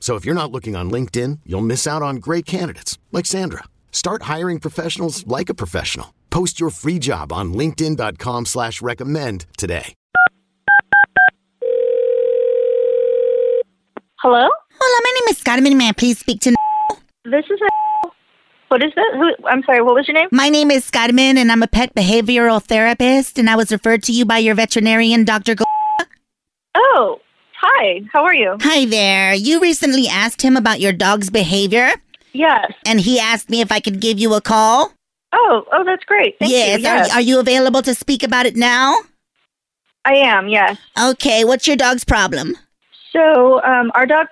So if you're not looking on LinkedIn, you'll miss out on great candidates like Sandra. Start hiring professionals like a professional. Post your free job on linkedin.com/recommend slash recommend today. Hello? Hello, my name is Carmen. May I please speak to? This is a. What is this? Who, I'm sorry, what was your name? My name is Carmen, and I'm a pet behavioral therapist, and I was referred to you by your veterinarian, Dr. Go- Oh, hi. How are you? Hi there. You recently asked him about your dog's behavior, Yes. and he asked me if I could give you a call. Oh, oh, that's great. Thank yes. you. Yes, Are, are you available to speak about it now? I am. Yes. Okay. What's your dog's problem? So, um, our dog,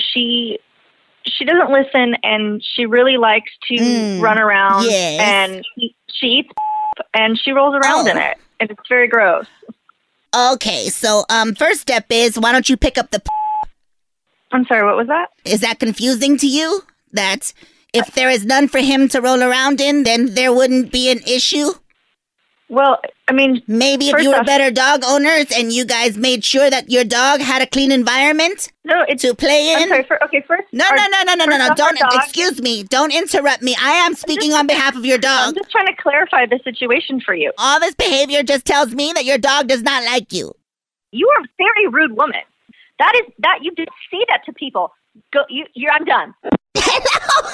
she she doesn't listen, and she really likes to Mm, run around, yes. and he, she eats, and she rolls around Oh. in it, and it's very gross. Okay. So, um, first step is why don't you pick up the? P- I'm sorry. What was that? is that confusing to you? That if there is none for him to roll around in, then there wouldn't be an issue. Well, I mean, Maybe if First you were off- better dog owners and you guys made sure that your dog had a clean environment no, it's. to play I'm in. sorry. For, okay, first. No, our- no, no, no, no, no, first no. off, Don't our dog- excuse me. Don't interrupt me. I am speaking on behalf of your I'm dog. just trying to clarify the situation for you. All this behavior just tells me that your dog does not like you. You are a very rude woman. That is that you did say that to people. Go, you, you're. I'm done. Hello.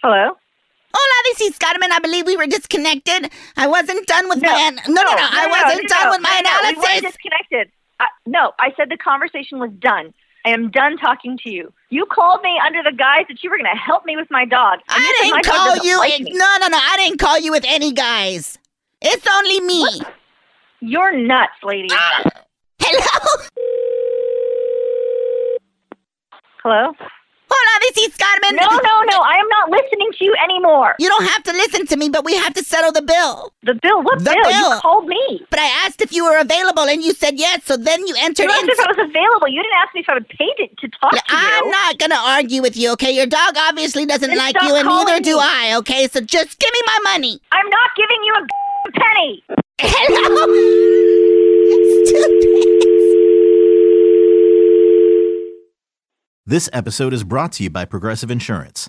Hello. Hola, this is Carmen. I believe we were disconnected. I wasn't done with No, my an- no, no, no, I wasn't no, done no, with my no, no, We analysis. were disconnected. I, no, I said the conversation was done. I am done talking to you. You called me under the guise that you were going to help me with my dog. and you I said my didn't dog call doesn't you. like me. no, no, no. I didn't call you with any guys. It's only me. You're nuts, lady. Ah. Hello. Hello. Hola, this is Carmen. No, no, no. I am not listening to you anymore. You don't have to listen to me, but we have to settle the bill. The bill. What The bill? bill. You called me. But I asked if you were available, and you said yes. So then you entered You asked if I into. was available. You didn't ask me if I would pay to, to talk to you. I'm not gonna argue with you, okay? Your dog obviously doesn't Then like stop you, and calling neither do me. I, okay? So just give me my money. I'm not giving you a penny. Hello. This episode is brought to you by Progressive Insurance.